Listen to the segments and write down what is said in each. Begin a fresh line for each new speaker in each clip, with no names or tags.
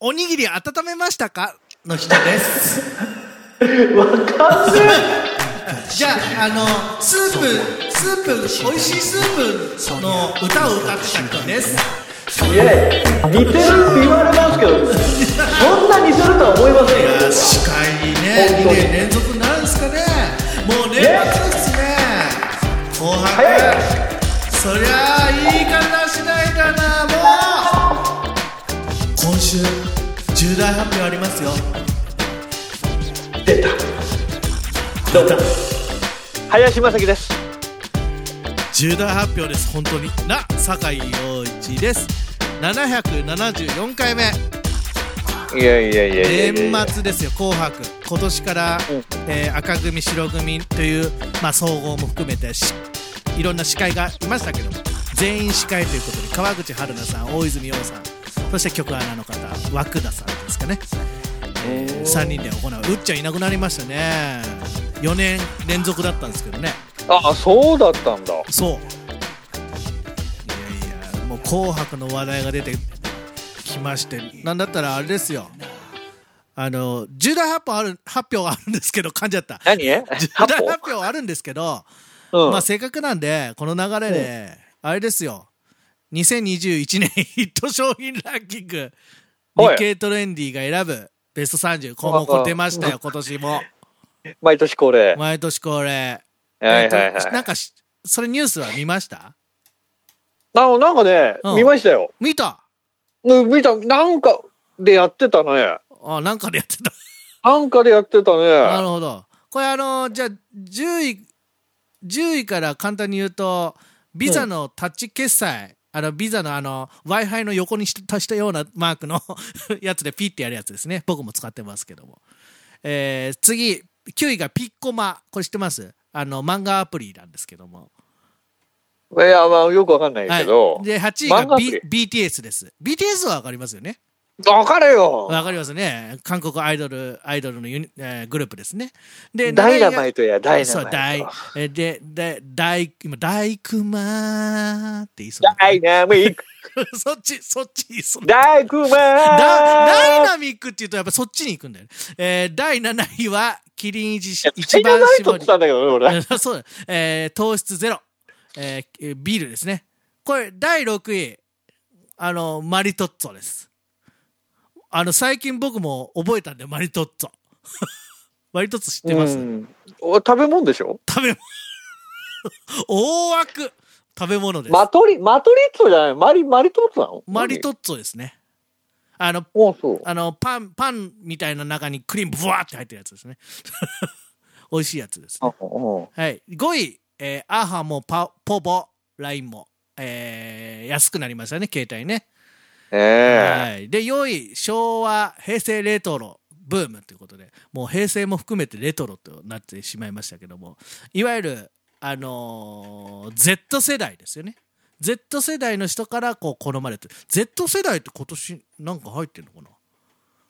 おにぎり温めましたかの人です。
わかんね
じゃあ、あの、スープ、スープ、美味しいスープの歌を歌ってた人です。
え。いやいや、似てるって言われますけど、そんな似てるとは思いませんよ。
司会にね、2
本当に
年連続なんですかね。もう年末ですね。後半
早い
そりゃあ、いい方しないかな、もう。今週、重大発表ありますよ。
出た。どうも。林正樹です。
重大発表です本当にな酒井陽一です774回目
いやいやいやいやいや
年末ですよ「紅白」今年から、
うん
えー赤組白組という、まあ、総合も含めてしいろんな司会がいましたけども全員司会ということで川口春奈さん大泉洋さんそして局アナの方涌田さんですかね3人で行ううっちゃんいなくなりましたね4年連続だったんですけどね
あ、そうだったんだ。
そういやいやもう「紅白」の話題が出てきましてなんだったらあれですよあの重大発表ある発表あるんですけど噛んじゃった
何え
重大
八
発
歩
表あるんですけど、
うん
まあせっかくなんでこの流れで、あれですよ2021年ヒット商品ランキング
はい
日経トレンディが選ぶベスト30項目出ましたよ今年も
毎年恒例。
毎年恒例、
はいはい
えっとな
は
ん
い。
かしそれニュースは見ました
あ、なんかね
う、ん
見ましたよ。
見た
うん見た、なんかでやってたね。
あ、なんかでやってた。
なんかでやってた
なる
ね。
ほど。これあのじゃあ、10位、10位から簡単に言うと、ビザのタッチ決済、あの、ビザのあの、Wi-Fi の横にしたしたようなマークの やつでピッてやるやつですね。僕も使ってますけども。えー、次、9位がピッコマ。これ知ってますあの、漫画アプリなんですけども。
いや、まあ、よくわかんないけど
い。。で、8位
漫画
が、
アプリ
B、BTS です。BTS はわかりますよね。
わかれよ。
わかりますね。韓国アイドル、アイドルのユニ、えーグループですね。で
ダイナ
7
マ
位
イトや、ダイ
がそう、
ナマ
ダ
イ
イ
ト。、
えーで、で、ダイ、今、ダイクマーって言いそうだ。
ダイナミック、
そっち、そっち言いそうだ。
ダイクマ
ダダイ
ー
ナミックって言うとやっぱそっちに行くんだよね。えー第7位は、キリン一し
ダ
一
イナ
番
マイト
絞
っ
り
て言っ。たんだけどね、俺。
えー そうだ。えー糖質ゼロ。えービールですね。これ、第6位。あの、マリトッツォです。あの、最近僕も覚えたんで、マリトッツォ。 マリトッツォ知ってます、
うんお食べ物でしょ
食べ物。 大枠。食べ物です。
マトリ、マトリッツォじゃないマリ、マリトッツォなの
マリトッツォですね。あの、
おそう。
あの、パン、パンみたいな中にクリームブワーって入ってるやつですね。 美味しいやつです。
あうん
はい、5位、えーアハもパポボ、LINE も、えー安くなりましたね、携帯ね。
ええ。
はい、で、4位、昭和、平成レトロ、ブームということで、もう平成も含めてレトロとなってしまいましたけども、いわゆる、あのー Z 世代ですよね。Z 世代の人からこう好まれてる。Z 世代って今年なんか入ってるのかな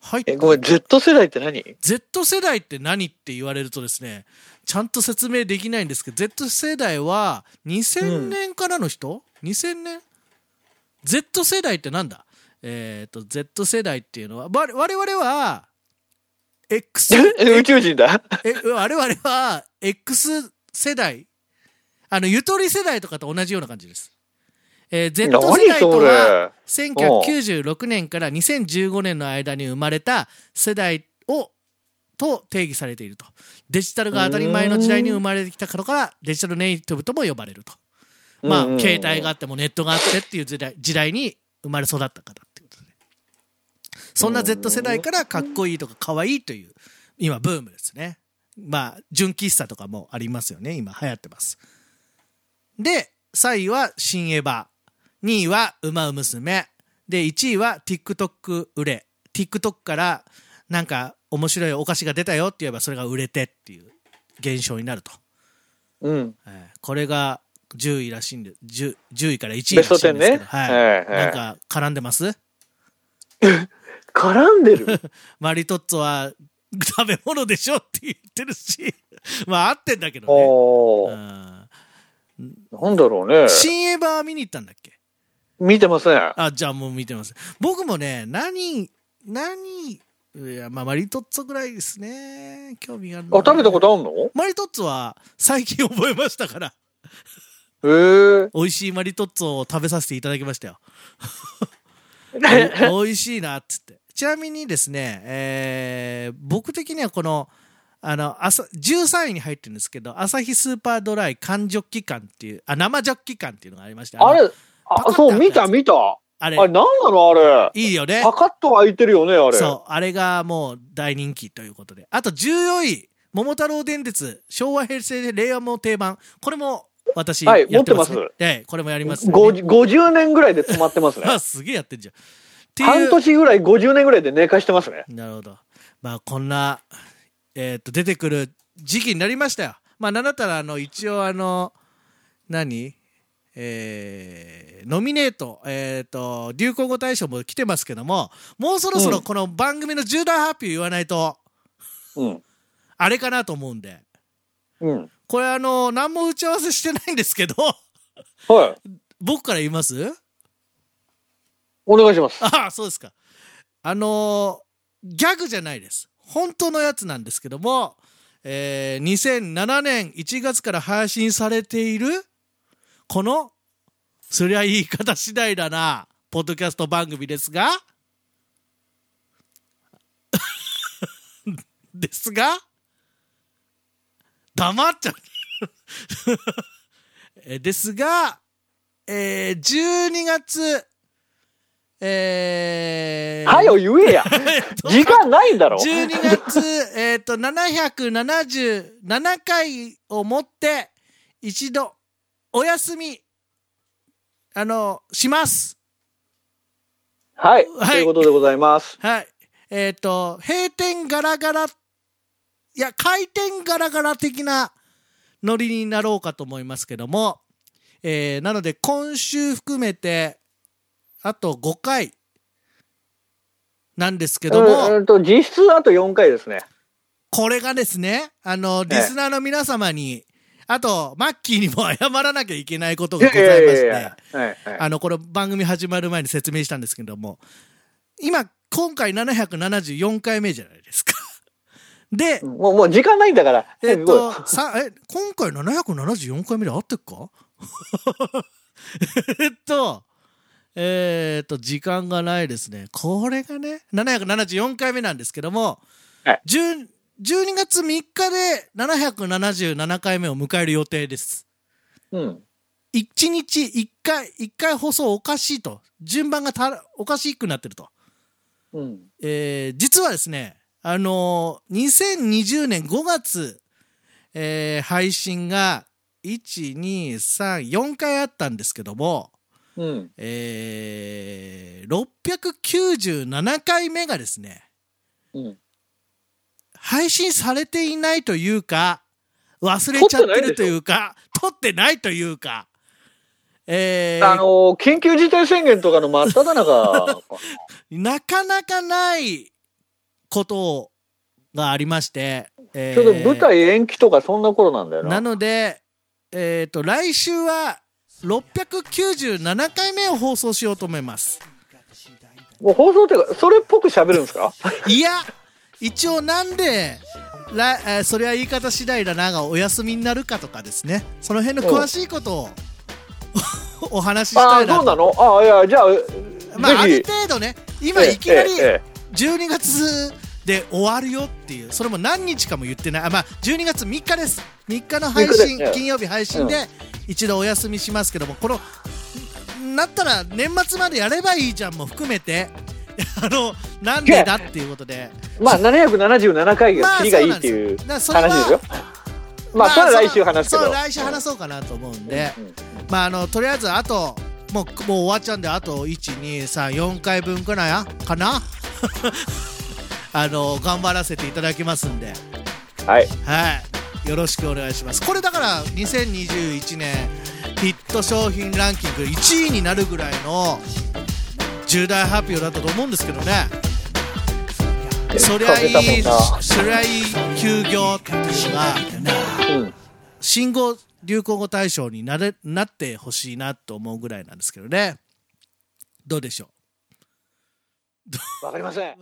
入って
え、ごめん、Z 世代って何
Z 世代って何って言われるとですねちゃんと説明できないんですけど Z 世代は2000年からの人、2000年 Z 世代ってなんだえっ、と Z 世代っていうのは我我々は X
宇宙人だ。
え我々は X 世代あのゆとり世代とかと同じような感じです、えー Z 世代とは1996年から2015年の間に生まれた世代をと定義されているとデジタルが当たり前の時代に生まれてきたからからデジタルネイティブとも呼ばれるとまあ
うんうんうん
携帯があってもネットがあってっていう時代時代に生まれ育った方っていうことでそんな Z 世代からかっこいいとかかわいいという今ブームですねまあ純喫茶とかもありますよね今流行ってますで3位は「新エヴァ」2位は「ウマウ娘」で1位は TikTok 売れ TikTok からなんか面白いお菓子が出たよって言えばそれが売れてっていう現象になると、
うん。
えーこれが10位らしいんで 10, 10位から1位
ベ
ら
ス
しいん
ト
ですけ
10
ど、
ね。
はい、
ええ
なん
ええ
か絡んでます
絡ん でる。
マリトッツォは食べ物でしょって言ってるし まあ合ってんだけどね、
お
う
ー
ん、
なんだろうね。
新エヴァ見に行ったんだっけ
見てません。
あ、じゃあもう見てます。僕もね、何何いや、まあ、マリトッツォぐらいですね。興味がある
あ、食べたことあるの
マリトッツォは最近覚えましたから。
へえ
美味しいマリトッツォを食べさせていただきましたよ。
ー。
お美味しいなっつってちなみにですね、えー僕的にはこのあの朝13位に入ってるんですけど朝日スーパードライ缶ジョッキ缶っていうあ生ジョッキ缶っていうのがありまして
あ
の
れ、
パカッて
あ、そう、見た
開
見た。あ
あ
れ、
れ
何なのあれ。
いいよね
パカッと開いてるよね、あれ。
そうあれがもう大人気ということであと14位桃太郎電鉄昭和平成令和も定番これも私や
はい
ってます,、ね
持って
ええこれもやります、ね、
50 50年ぐらいで止まっ てますね。
あすげえやってんじゃんっていう
半年ぐらい、50年ぐらいで寝かしてますね。
なるほど。まあ、こんな、えっ、と、出てくる時期になりましたよ。まあ、なんだったら、あの、一応、あの、何えーノミネート、えっ、と、流行語大賞も来てますけども、もうそろそうろ
ん
この番組の重大発表言わないと、
うん。
あれかなと思うんで。
うん。
これ、あの、何も打ち合わせしてないんですけど、
はい。
僕から言います
お願いします。
ああ、そうですか。あのーギャグじゃないです。本当のやつなんですけども、えー2007年1月から配信されている、この、そりゃ言い方次第だな、ポッドキャスト番組ですが、ですが、黙っちゃう。 えですが、えー12月、えー、
はよ言 えや。時間ないんだろ。
12月、 えっ、と、777回をもって、一度、お休み、あの、します。
はい。
はい
ということでございます。
はい。えっ、と、閉店ガラガラ、いや、開店ガラガラ的なノリになろうかと思いますけども、えーなので、今週含めて、あと5回、なんですけども、
うんうんと実質あと4回ですね。
これがですね、あの、
え
リ
え
スナーの皆様に、あと、マッキーにも謝らなきゃいけないことがございまして、
はいはい
あの、これ番組始まる前に説明したんですけども、今、今回774回目じゃないですか。で、
もう、もう時間ないんだから。
えっ
も
と
う、
さ、え、今回774回目で合ってっか えっと、えーっと、時間がないですね。これがね、774回目なんですけども、
はい
10 12月3日で777回目を迎える予定です。
うん。
1日1回、1回放送おかしいと。順番がたおかしくなってると。
うん。
えー実はですね、あのー2020年5月、えー配信が、1、2、3、4回あったんですけども、
うん。
えー697回目がですね、
うん。
配信されていないというか、忘れちゃってるというか、撮ってないというか、えー
あのー緊急事態宣言とかの真っ只中。
なかなかないことがありまして、 えー
ちょうど舞台延期とかそんな頃なんだよ
な
な。
ので、えっ、と、来週は697回目を放送しようと思います。
もう放送っていうか、それっぽく喋るんですか
いや、一応なんで、らえーそれは言い方次第だながお休みになるかとかですね、その辺の詳しいことを お話しした
あ
い
あ、
な
そう
と。
なのああ、いや、じゃあ、
まあ、あ
ぜ
る
ひ。
程度ね、今いきなり
ええええ
12月で終わるよっていう、それも何日かも言ってない、あまあ、12月3日です、3日の配
3日
信、
でええ
金曜日配信
う
で一度お休みしますけども、この、なったら年末までやればいいじゃんも含めて、 あの、なんでだっていうことで、
まあ、777回が、
まあ、
次がいいっていう
そうなんですだから
話で
そ
す
れ
よ
は。
まあ、それは来週話すけど。
そう、来週話そうかなと思うんで。
うんうん
まああのとりあえずあともうもう終わっちゃうんであと1234回分くらいかな あの頑張らせていただきますんで
はい。
はいよろしくお願いしますこれだから2021年ヒット商品ランキング1位になるぐらいの重大発表だったと思うんですけどねそりゃいい
かけたも
そりゃいい休業っていうのが
んなうん。
新語・流行語大賞になれなってほしいなと思うぐらいなんですけどねどうでしょう
わかりません。